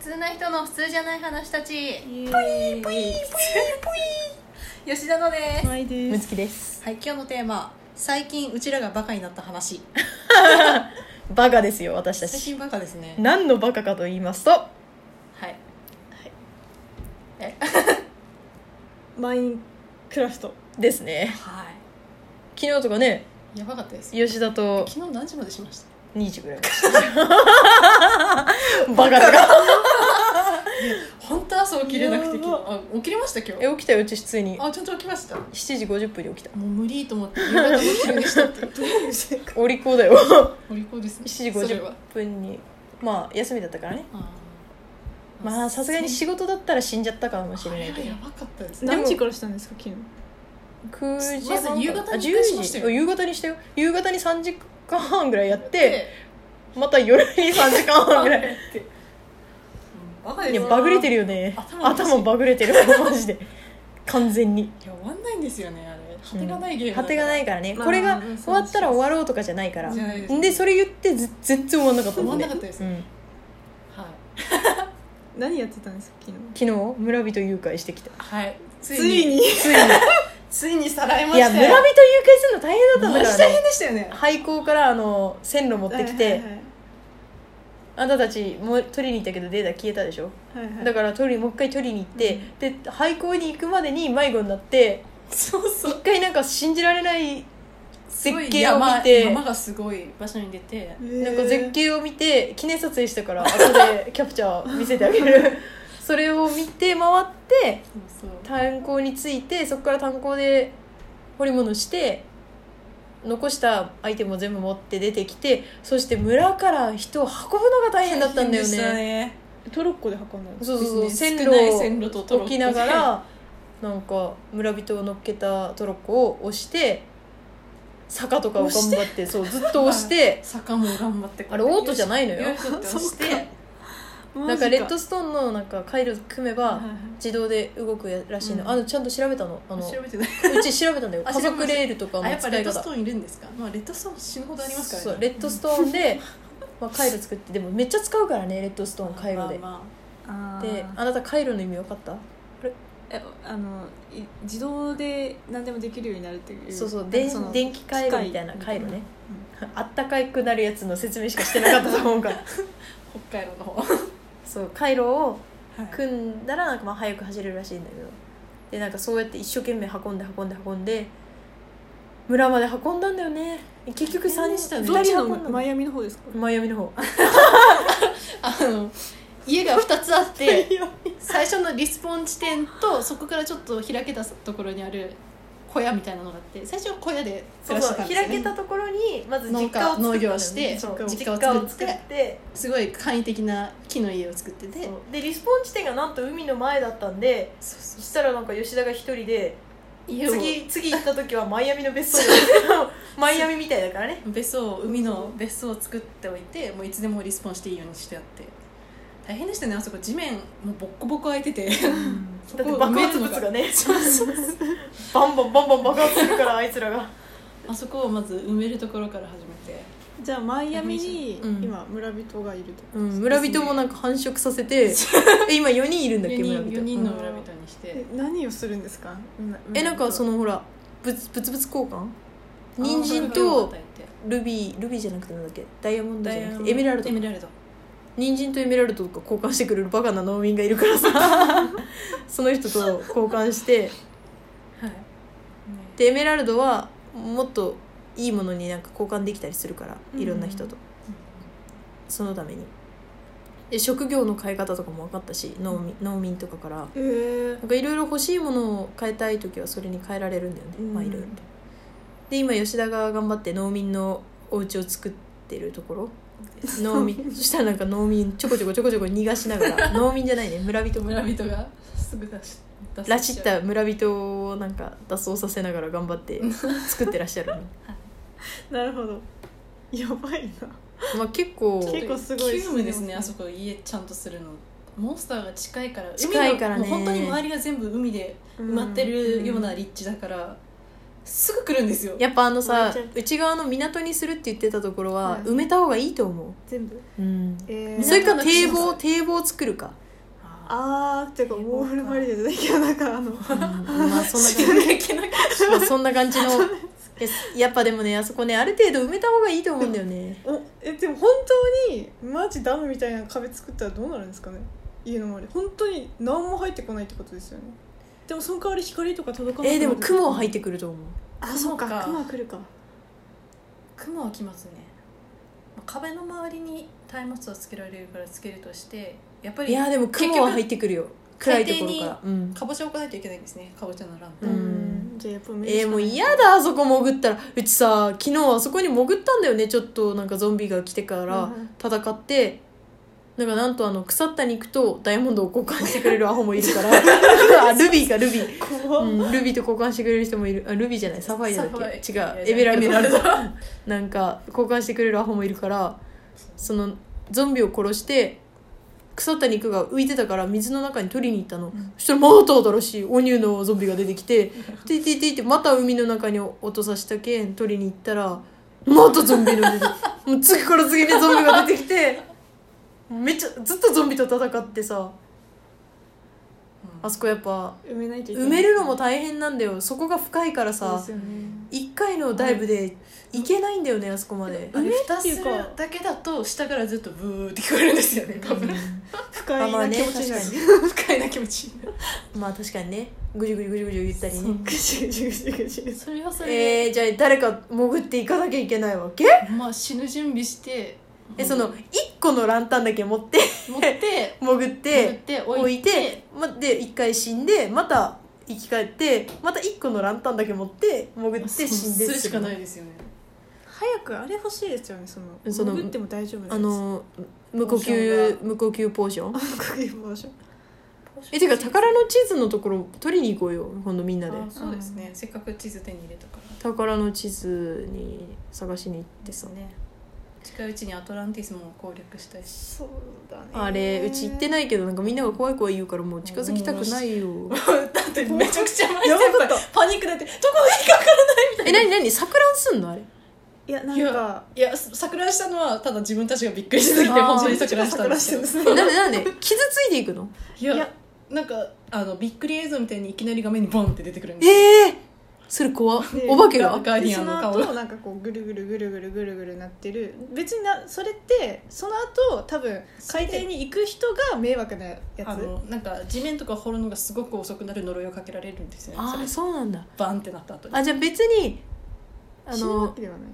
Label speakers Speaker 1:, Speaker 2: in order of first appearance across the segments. Speaker 1: 通な人の普通じゃない話たち
Speaker 2: ぷいぷい
Speaker 1: 吉田のです、
Speaker 2: はいで
Speaker 3: む
Speaker 2: す
Speaker 3: つきです
Speaker 1: はい、今日のテーマ最近うちらがバカになった話
Speaker 3: バカですよ私た
Speaker 1: 最
Speaker 3: ち
Speaker 1: 近バカですね
Speaker 3: 何のバカかと言いますと
Speaker 1: はい
Speaker 2: マインクラフト
Speaker 3: ですね
Speaker 1: は
Speaker 3: 昨日とかね
Speaker 1: いやばかったです
Speaker 3: 吉田と
Speaker 1: 昨日何時までしました
Speaker 3: 2時ぐ らいまでしたバカだが
Speaker 1: 本当朝起きれなくて
Speaker 2: やば
Speaker 1: あ起きれました今日
Speaker 3: え起きたようち普通に
Speaker 1: あちゃんと起きましたも
Speaker 3: 7時50分に起きた
Speaker 1: う無理と思 って夜中起きるにしたって
Speaker 2: どういう性 格
Speaker 3: お利口 だよ
Speaker 1: お利口ですね
Speaker 3: 7時
Speaker 1: それは
Speaker 3: 50分にまあ休みだったからね
Speaker 1: あー
Speaker 3: まあさすがに仕事だったら死んじゃったかもしれない
Speaker 1: あ
Speaker 3: け
Speaker 1: れ
Speaker 3: ど
Speaker 1: はやばかったですね
Speaker 2: 何時からしたんですか昨日
Speaker 3: 9時半
Speaker 1: まず夕方に
Speaker 3: あ
Speaker 1: 一回しましたよ
Speaker 3: 10時夕方にしたよ夕方に3時間半ぐらいやってまた夜に3時間半ぐらい
Speaker 1: バカで
Speaker 3: い
Speaker 1: す
Speaker 3: や
Speaker 1: よ
Speaker 3: バグれてるよね
Speaker 1: 頭
Speaker 3: 頭
Speaker 1: おかしい
Speaker 3: バグれてる マジで完全に
Speaker 1: いや終わんないんですよねあれ果てがないゲームだ
Speaker 3: 果てがないいからね、
Speaker 2: まあ
Speaker 3: これが
Speaker 2: うん
Speaker 3: 終わったら終わろうとかじゃないから
Speaker 1: じゃないです
Speaker 3: でそれ言ってず全然終わんな かった
Speaker 1: 終わ
Speaker 3: も
Speaker 1: ん
Speaker 3: んね
Speaker 1: なかったです
Speaker 3: う
Speaker 1: ね
Speaker 3: ん、
Speaker 1: はい
Speaker 2: 何やってたんですか昨
Speaker 3: 昨日村人誘拐してきた
Speaker 1: はいつ
Speaker 2: 日ついに
Speaker 3: ついにい
Speaker 1: ついにさらいま
Speaker 3: や
Speaker 1: し
Speaker 3: 村
Speaker 1: た
Speaker 3: 人
Speaker 1: よ
Speaker 3: 誘拐するの大変だったん
Speaker 2: マ
Speaker 3: だ
Speaker 2: ジ
Speaker 3: から
Speaker 2: 大
Speaker 3: ね
Speaker 2: 変でしたよね
Speaker 3: 廃校からあの線路持ってきて、
Speaker 2: はいはい
Speaker 3: あんたたちもう取りに行ったけどデータ消えたでしょ
Speaker 2: はいはいはい
Speaker 3: だから取りもう一回取りに行って、で廃校に行くまでに迷子になって
Speaker 1: そうそう
Speaker 3: 一回なんか信じられない
Speaker 1: すごい
Speaker 3: 絶景を見
Speaker 1: 山
Speaker 3: て
Speaker 1: 山がすごい場所に出て
Speaker 2: えー
Speaker 3: なんか絶景を見て記念撮影した から後でキャプチャー見せてあげるそれを見て回って
Speaker 1: そうそう
Speaker 3: 炭鉱に着いてそこから炭鉱で掘り物して残したアイテムを全部持って出てきてそして村から人を運ぶのが大変だったんだ
Speaker 1: 大変
Speaker 3: よ
Speaker 1: でした
Speaker 3: ね
Speaker 1: ね
Speaker 2: トロッコで運んだんです
Speaker 3: そうそうそう
Speaker 1: ですね
Speaker 3: 線
Speaker 1: 少ない線
Speaker 3: 路
Speaker 1: 路とト
Speaker 3: を
Speaker 1: ロッコ
Speaker 3: 置きながらなんか村人を乗っけたトロッコを押して坂とかを頑張ってそうずっと押して
Speaker 1: 坂も頑張って
Speaker 3: あれオートじゃないのよ
Speaker 1: よしよしよし
Speaker 2: そ
Speaker 1: っ
Speaker 2: う
Speaker 1: て押
Speaker 2: か
Speaker 1: して
Speaker 2: マジ
Speaker 3: なんかレッドストーンのなんか回路組め
Speaker 2: は
Speaker 3: ば
Speaker 2: いはい
Speaker 3: 自動で動くやらしいの、
Speaker 1: うん
Speaker 3: あのちゃんと調べたのあの
Speaker 1: 調べてないう
Speaker 3: ち調べたんだよ
Speaker 1: あ
Speaker 3: 家族レールとかの
Speaker 1: あやっぱ
Speaker 3: 使
Speaker 1: レ
Speaker 3: い
Speaker 1: ッドスト
Speaker 3: 方
Speaker 1: ーンいるんですかまあレッドストーン死ぬほどありますか
Speaker 3: そ
Speaker 1: ら
Speaker 3: う
Speaker 1: ね
Speaker 3: レッドストーンで、まあ、回路作ってでもめっちゃ使うからねレッドストーン回路で、
Speaker 1: まあまあま
Speaker 2: あー
Speaker 3: であなた回路の意味分かった
Speaker 2: えあのい自動で何でもできるようになるっていう
Speaker 3: そうそう
Speaker 2: で
Speaker 3: 電電気回路みたいな回路ね、あったかいくなるやつの説明しかしてなかったと思うか ら
Speaker 1: あ北海道 の方
Speaker 3: そう回路を
Speaker 1: はい
Speaker 3: 組んだらなんかまあ早く走れるらしいんだけどでなんかそうやって一生懸命運んで運んで運んで村まで運んだんだよね結局3人
Speaker 2: どっち
Speaker 3: 人
Speaker 2: の
Speaker 3: 運んだ
Speaker 2: マ
Speaker 3: の
Speaker 2: イアミの方ですか
Speaker 3: マイアミの方
Speaker 1: あの家が2つあって最初のリスポーン地点とそこからちょっと開けたところにある小屋みたいなのがあって最初は小屋で
Speaker 3: そ
Speaker 1: 暮
Speaker 3: う
Speaker 1: らして
Speaker 3: そう
Speaker 1: たんですよ、ね、
Speaker 3: 開けたところにまず実家を作ったんだ
Speaker 1: 農家
Speaker 3: よね
Speaker 1: 農業して
Speaker 3: そう
Speaker 1: 実
Speaker 3: 実
Speaker 1: 家
Speaker 3: 家
Speaker 1: を
Speaker 3: を
Speaker 1: 作って
Speaker 3: 作って
Speaker 1: すごい簡易的な木の家を作ってて
Speaker 3: そうでリスポーン地点がなんと海の前だったんで
Speaker 1: そうそ
Speaker 3: そうしたらなんか吉田が一人で
Speaker 1: 家を
Speaker 3: 次次行った時はマイアミの別 荘だマイアミみたいだからね
Speaker 1: 別荘を海の別荘を作っておいてもういつでもリスポーンしていいようにしてあって大変でしたねあそこ地面もうボッコボコ開いて てそ
Speaker 3: だって
Speaker 1: こを
Speaker 3: 爆
Speaker 1: 埋め
Speaker 3: 発
Speaker 1: るの
Speaker 3: 物が
Speaker 1: が
Speaker 3: ねバンバンバンバン爆発するからあいつらが
Speaker 1: あそこをまず埋めるところから始めて
Speaker 2: じゃあマイアミに
Speaker 3: うん
Speaker 2: 今村人がいると
Speaker 3: うん、村人もなんか繁殖させてえ今4人いるんだっけ
Speaker 1: 4
Speaker 3: 村
Speaker 1: 人
Speaker 3: 人
Speaker 1: 4人の村人にして、
Speaker 2: え何をするんですか
Speaker 3: えなんかそ
Speaker 2: の
Speaker 3: のほらぶつぶつぶつ交換
Speaker 1: あー
Speaker 3: 人参
Speaker 1: そういう
Speaker 3: と
Speaker 1: ことを与えて
Speaker 3: ルビールビーじゃなくてなんだっけダイヤモンドじゃなくてエ
Speaker 1: エメ
Speaker 3: メラ
Speaker 1: ラ
Speaker 3: ル
Speaker 1: ルド
Speaker 3: ド
Speaker 1: エメラルド
Speaker 3: 人参とエメラルドとか交換してくれるバカな農民がいるからさ その人と交換して
Speaker 1: はい、
Speaker 3: でエメラルドはもっといいものになんか交換できたりするからいろんな人と、そのためにで職業の変え方とかも分かったし農民,、農民とかから
Speaker 2: え
Speaker 3: な
Speaker 2: ー
Speaker 3: んかいろいろ欲しいものを変えたい時はそれに変えられるんだよね、
Speaker 2: うん
Speaker 3: まあいろいろとで今吉田が頑張って農民のお家を作ってるところ農民そしたらなんか農民ちょこちょこちょこちょこ逃がしながら農民じゃないね村人
Speaker 1: 村人がすぐ出し出し
Speaker 3: らしった村人をなんか脱走させながら頑張って作ってらっしゃるの
Speaker 2: なるほどやばいな
Speaker 3: まあ結構
Speaker 2: 結構すごい
Speaker 1: 急務です
Speaker 2: すいませ
Speaker 1: ね
Speaker 2: ん
Speaker 1: あそこ家ちゃんとするのモンスターが近いから海の
Speaker 3: 近いからね
Speaker 1: もう本当に周りが全部海で埋まってるような立地だから、すぐ来るんですよ
Speaker 3: やっぱあの
Speaker 2: もら
Speaker 3: さ
Speaker 2: えちゃう
Speaker 3: 内側の港にするって言ってたところは、
Speaker 2: はい
Speaker 3: 埋めた方がいいと思
Speaker 2: 全部
Speaker 3: う、うん、
Speaker 2: え
Speaker 1: ー
Speaker 3: それか
Speaker 1: 港の
Speaker 3: 堤
Speaker 1: 近く
Speaker 3: 防堤防を作るか、
Speaker 1: あ
Speaker 2: あーっていうかウォールバリアじゃないけどなんかあの
Speaker 3: うんまあそんな
Speaker 1: 知らなきゃなかっ
Speaker 3: まあそんな感じの えやっぱでもねあそこねある程度埋めた方がいいと思うんだよね
Speaker 2: おえでも本当にマジダムみたいな壁作ったらどうなるんですかね家の周り本当に何も入ってこないってことですよねでもその代わり光とか届かない
Speaker 3: えーでも雲は入っててくると思う
Speaker 2: あそ
Speaker 1: 雲
Speaker 2: うか
Speaker 1: か
Speaker 2: 雲は来るか
Speaker 1: た雲は来ますねまあ壁の周りに松明はつけられるからつけるとしてやっぱ
Speaker 3: い
Speaker 1: り
Speaker 3: やでも雲は入ってくるよ暗いところから、うん、
Speaker 1: かぼちゃ置かないといけないんですねかぼちゃのランプ
Speaker 3: うん
Speaker 2: じゃあやっぱ埋めるし
Speaker 3: え
Speaker 2: か
Speaker 3: ー、
Speaker 2: な
Speaker 3: もう嫌だあそこ潜ったらうちさ昨日あそこに潜ったんだよねちょっとなんかゾンビが来てから
Speaker 2: うんうん
Speaker 3: 戦って、なんかなんとあの腐った肉とダイヤモンドを交換してくれるアホもいるから あルビーかルビー、
Speaker 2: 怖っ
Speaker 3: うん、ルビーと交換してくれる人もいるあルビーじゃないサファイアだ
Speaker 1: サファ
Speaker 3: っけ
Speaker 1: イア
Speaker 3: 違うエメラルド
Speaker 1: エメラル ド
Speaker 3: なんか交換してくれるアホもいるからそのゾンビを殺して腐った肉が浮いてたから水の中に取りに行ったの、
Speaker 1: ん
Speaker 3: そしたらまた新しいお乳のゾンビが出てきて「ていていていってまた海の中に落とさしたけん取りに行ったらまたゾンビの出てもう次から次にゾンビが出てきてめっちゃずっとゾンビと戦ってさあそこやっぱ
Speaker 2: 埋めないといけない
Speaker 3: 埋めるのも大変なんだよそこが深いから
Speaker 2: そうで
Speaker 3: さ
Speaker 2: すよね
Speaker 3: 一回のダイブで行けないんだよねあそこまで。
Speaker 1: あれ蓋
Speaker 2: ってい
Speaker 1: す
Speaker 2: う
Speaker 1: る
Speaker 2: か
Speaker 1: だけだと下からずっとブーって聞こえるんですよね多分、
Speaker 2: 不快な気持ちになる
Speaker 1: 不快な気持ちになる
Speaker 3: まあ確かにねぐじゅぐじゅぐじゅぐじゅ言ったりね
Speaker 2: ぐしぐしぐしぐしぐし
Speaker 1: それはそれで、
Speaker 3: えー、じゃあ誰か潜っていかなきゃいけないわけ
Speaker 1: まあ死ぬ準備して
Speaker 3: えその1個のランタンだけ持って
Speaker 1: 持って
Speaker 3: 潜っ
Speaker 1: 持ってて置
Speaker 3: 置
Speaker 1: い
Speaker 3: い
Speaker 1: て
Speaker 3: て、ま、で1回死んでまた生き返ってまた1個のランタンだけ持って潜って死んでっ
Speaker 1: す
Speaker 3: て
Speaker 1: るしかないいですよね
Speaker 2: 早くあれ欲しいですよねその
Speaker 3: その
Speaker 2: 潜っても大丈夫なやつ
Speaker 3: あの無呼
Speaker 1: ポーション
Speaker 3: 吸無呼吸ポーション
Speaker 2: こういう場所
Speaker 3: えてか宝の地図のところ取りに行こうよ今度みんなで
Speaker 1: あそうですねせっかく地図手に入れたから
Speaker 3: 宝の地図に探しに行ってさ
Speaker 1: ね近いうちにアトランティスも攻略したいし
Speaker 2: そうだね
Speaker 3: あれうち行って
Speaker 2: ない
Speaker 3: ないけどなんかみんなが怖い怖い言うからもう近づきたくない よ
Speaker 1: だってめちゃくちゃ前
Speaker 2: やばかっ
Speaker 1: パニックだってどこがいいか分からないみたい
Speaker 3: え
Speaker 1: な
Speaker 3: なになに錯乱す んのあれ
Speaker 2: いやないん
Speaker 1: や
Speaker 2: か
Speaker 1: いや桜したのはただ自分たちがびっくりしすぎて
Speaker 3: あー
Speaker 1: 本当に桜したんですけど
Speaker 2: すね
Speaker 3: なんでなんで傷ついていくの
Speaker 1: いや
Speaker 2: いや
Speaker 1: なんかあのびっくり映像みたいにいきなり画面にボンって出てくるん
Speaker 3: え
Speaker 1: で
Speaker 3: えそれ怖っ
Speaker 2: ね
Speaker 3: お化けが
Speaker 1: ガーディ
Speaker 2: そ
Speaker 1: アンの
Speaker 2: の
Speaker 1: 顔
Speaker 2: 後なんかこうぐるぐるぐるぐるぐるぐるなってる別になそれってその後多分海底に行く人が迷惑なや
Speaker 1: あ
Speaker 2: つ
Speaker 1: のなんか地面とか掘るのがすごく遅くなる呪いをかけられるんですよね
Speaker 3: あ
Speaker 1: それ
Speaker 3: あそうなんだ
Speaker 1: バンってなった後に
Speaker 3: あじゃあ別にあ
Speaker 2: 死ぬわ
Speaker 3: の
Speaker 2: けではない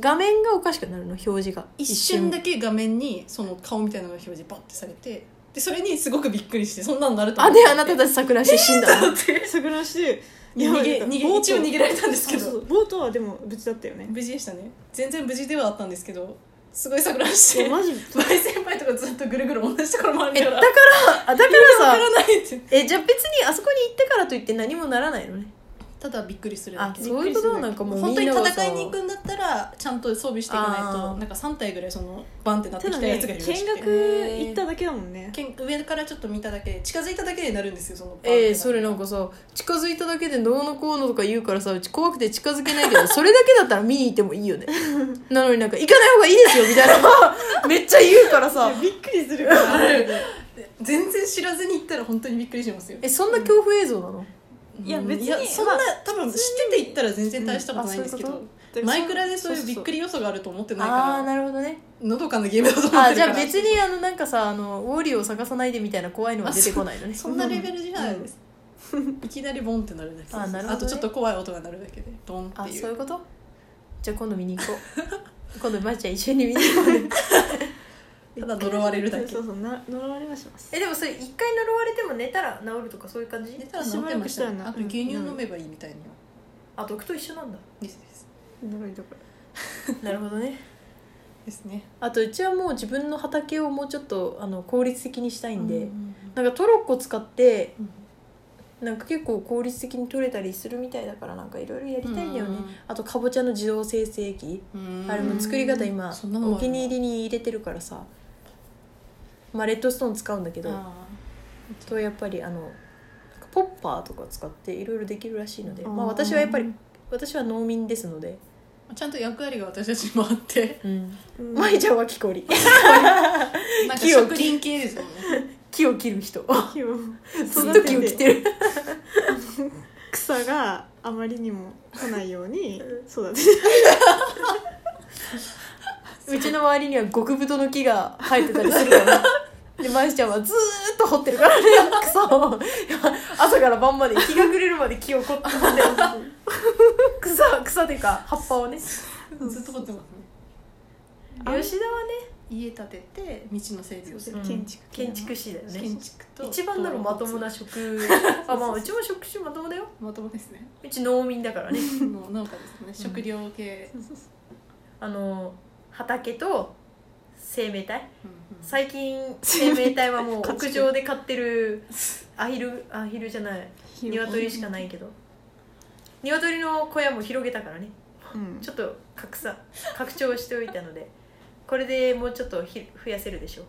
Speaker 3: 画面がおかしくなるの表示が
Speaker 1: 一瞬だけ画面にその顔みたいなのが表示バッてされてでそれにすごくびっくりしてそんなのなると
Speaker 3: あ
Speaker 1: 思っ
Speaker 3: で
Speaker 1: て
Speaker 3: あなたたち錯乱して死んだの
Speaker 2: 桜らしい
Speaker 1: 逃げ逃げ一応逃げられたんですけ
Speaker 2: そうそ
Speaker 1: ど
Speaker 2: うボートはでも無事だったよね
Speaker 1: 無事でしたね全然無事ではあったんですけどすごい錯乱し
Speaker 2: い
Speaker 1: て
Speaker 2: やマジ
Speaker 1: 前先輩とかずっとぐるぐる同じところ回
Speaker 3: え
Speaker 1: るか
Speaker 3: だ
Speaker 1: ら
Speaker 3: か
Speaker 1: 分
Speaker 3: らあだから
Speaker 1: か
Speaker 3: さ
Speaker 1: らないって
Speaker 3: えじゃあ別にあそこに行ってからといって何もならないのね
Speaker 1: ただびっくりするだ
Speaker 3: あ
Speaker 1: け
Speaker 3: そういうことなんかもう
Speaker 1: 本当
Speaker 3: み
Speaker 1: に
Speaker 3: んながさ
Speaker 1: 戦いに行くんだったらちゃんと装備していかない
Speaker 3: あ
Speaker 1: と
Speaker 3: ー
Speaker 1: なんか3体ぐらいそのバンってなって
Speaker 2: た
Speaker 1: き
Speaker 2: だ
Speaker 1: た
Speaker 2: ね
Speaker 1: やつ
Speaker 2: 見
Speaker 1: がいるらしくて
Speaker 2: 学行っただけだもんね
Speaker 1: 見上からちょっと見ただけで近づいただけでなるんですよそのバンってなる
Speaker 3: えー、それなんかさ近づいただけでどうのこうのとか言うからさうち怖くて近づけないけどそれだけだったら見に行ってもいい よねなのになんか行かない方がいいですよみたいな めっちゃ言うからさ
Speaker 2: びっくりするから
Speaker 1: 全然知らずに行ったら本当にびっくりしますよ
Speaker 3: えそんな恐怖映像なの、
Speaker 2: いや
Speaker 1: うん
Speaker 2: 別に
Speaker 1: そんな多分知ってて行ったら全然大したことないんですけ
Speaker 3: うんあ
Speaker 1: ど
Speaker 3: そうい う
Speaker 1: マイクラでそういうびっく
Speaker 2: り
Speaker 1: り要素があると思ってない
Speaker 3: ああ
Speaker 1: か
Speaker 3: なるほど ね
Speaker 1: らのどかなゲームだと思ってるか
Speaker 3: あ
Speaker 1: ら
Speaker 3: じゃあ別にあのなんかさあのウォーリーを探さないでみたいな怖いのは出てこないの ね
Speaker 1: そんなレベルじゃないです、いきなりボンってなるだけです
Speaker 3: あなるほどね
Speaker 1: あとちょっと怖い音が鳴るだけでドンって
Speaker 3: あ
Speaker 1: いう
Speaker 3: そういうことじゃあ今度見に行こ う今度まーちゃん一緒に見に行こうね
Speaker 1: ただ呪われるだけ
Speaker 2: そうそうな呪われはします
Speaker 3: え でもそれ一回呪われても寝たら治るとかそういう感じ
Speaker 1: 寝たら治ってました
Speaker 2: しばらくしたら
Speaker 1: ね
Speaker 2: な
Speaker 1: あと牛乳飲めばいいみたいな
Speaker 3: あ毒と一緒なんだ
Speaker 1: ですです
Speaker 2: 呪いどころ
Speaker 3: なるほどね
Speaker 1: ですね
Speaker 3: あとうちはもう自分の畑をもうちょっとあの効率的にしたいんで、
Speaker 1: うん
Speaker 3: なんかトロッコ使って
Speaker 1: うん
Speaker 3: なんか結構効率的に取れたりするみたいだからなんかいろいろやりたいんだよね、
Speaker 1: うん
Speaker 3: あとかぼちゃの自動生成機、
Speaker 1: うん
Speaker 3: あれも作り方今
Speaker 1: そんなのも
Speaker 3: お
Speaker 1: ある
Speaker 3: 気
Speaker 1: の
Speaker 3: に入りに入れてるからさまあレッドストーン使うんだけどあ
Speaker 1: あ
Speaker 3: とやっぱりあのなんかポッパーとか使っていろいろできるらしいので
Speaker 2: あー
Speaker 3: まあ私はやっぱり私は農民ですので、
Speaker 1: ちゃんと役割が私たちにもあ って
Speaker 3: うん、
Speaker 2: うん
Speaker 3: 舞ちゃんは木こり
Speaker 1: なんか
Speaker 3: 木を
Speaker 1: 植林系ですよね
Speaker 3: 木を切る 人
Speaker 2: 木を
Speaker 3: ずっと木を切ってる
Speaker 2: 草があまりにも来ないように育て
Speaker 3: うちの周りには極太の木が生えてたりする からで舞ちゃんはずーっと掘ってるからね草を朝から晩まで日が暮れるまで木を掘って掘ってる草草ていうか葉っぱをね吉
Speaker 1: ずっと掘ってますね
Speaker 3: 田はね
Speaker 1: 家建てて道の整備をする
Speaker 3: うん
Speaker 2: 建築
Speaker 3: 建築士だよね
Speaker 1: 建築と
Speaker 3: 一番だろまともな職あまあうちも職種まともだよ
Speaker 1: まともです ね
Speaker 3: うち農民だからね
Speaker 1: の農家ですね食料系
Speaker 3: あの畑と生命体
Speaker 1: うんうん
Speaker 3: 最 近生命体はもう
Speaker 2: 家畜
Speaker 3: 屋上で飼ってるアヒルアヒルじゃない
Speaker 2: る
Speaker 3: 鶏しかないけど鶏の小屋も広げたからね
Speaker 2: うん
Speaker 3: ちょっと格差拡張しておいたのでこれでもうちょっとひ増やせるでしょう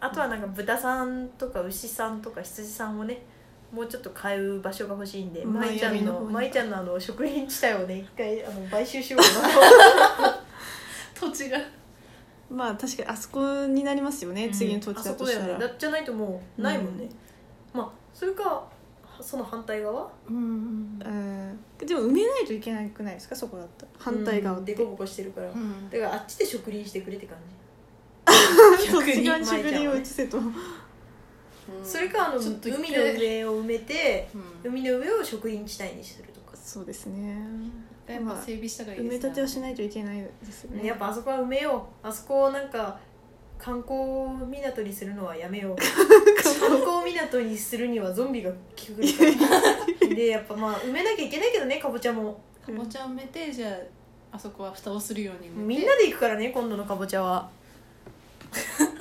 Speaker 3: あとはなんか豚さんとか牛さんとか羊さんをねもうちょっと買う場所が欲しいんで
Speaker 2: マイ
Speaker 3: 舞ちゃ
Speaker 2: アミ
Speaker 3: ん
Speaker 2: の
Speaker 3: の
Speaker 2: 方に
Speaker 3: 舞ちゃんのあの食品地帯をね一回あ の買収しようかな
Speaker 1: 土地が
Speaker 2: まあ確かにあそこになりますよね、
Speaker 3: うん
Speaker 2: 次の土地だとした
Speaker 3: あそこだ
Speaker 2: ら、
Speaker 3: よねだじゃないともうないもんね、まあそれかその反対側
Speaker 1: うん
Speaker 2: うんでも埋めないといけなくないですかそこだったら反対側
Speaker 3: う
Speaker 2: っ
Speaker 3: ん
Speaker 2: て、
Speaker 3: でこぼこしてるから、だからあっちで植林してくれって感じ、
Speaker 2: そっち側に
Speaker 3: 逆に
Speaker 2: 植林を移せと
Speaker 3: それかあの
Speaker 1: ちょっと
Speaker 3: 海
Speaker 1: 行って
Speaker 3: の上を埋めて
Speaker 1: うん
Speaker 3: 海の上を植林地帯にするとか、
Speaker 2: そうですね
Speaker 1: やっぱ整備したがいい
Speaker 2: 埋め
Speaker 1: です
Speaker 2: 立てはし
Speaker 1: い
Speaker 2: ないといけないですよね
Speaker 3: やっぱあそこは埋めようあそこをなんか観光港にするのはやめよう観光港にするにはゾンビが来るからでやっぱまあ埋めなきゃいけないけどねかぼちゃも
Speaker 1: かぼちゃを埋めてじゃああそこは蓋をするように埋め
Speaker 3: みん
Speaker 1: て
Speaker 3: なで行くからね今度のかぼちゃは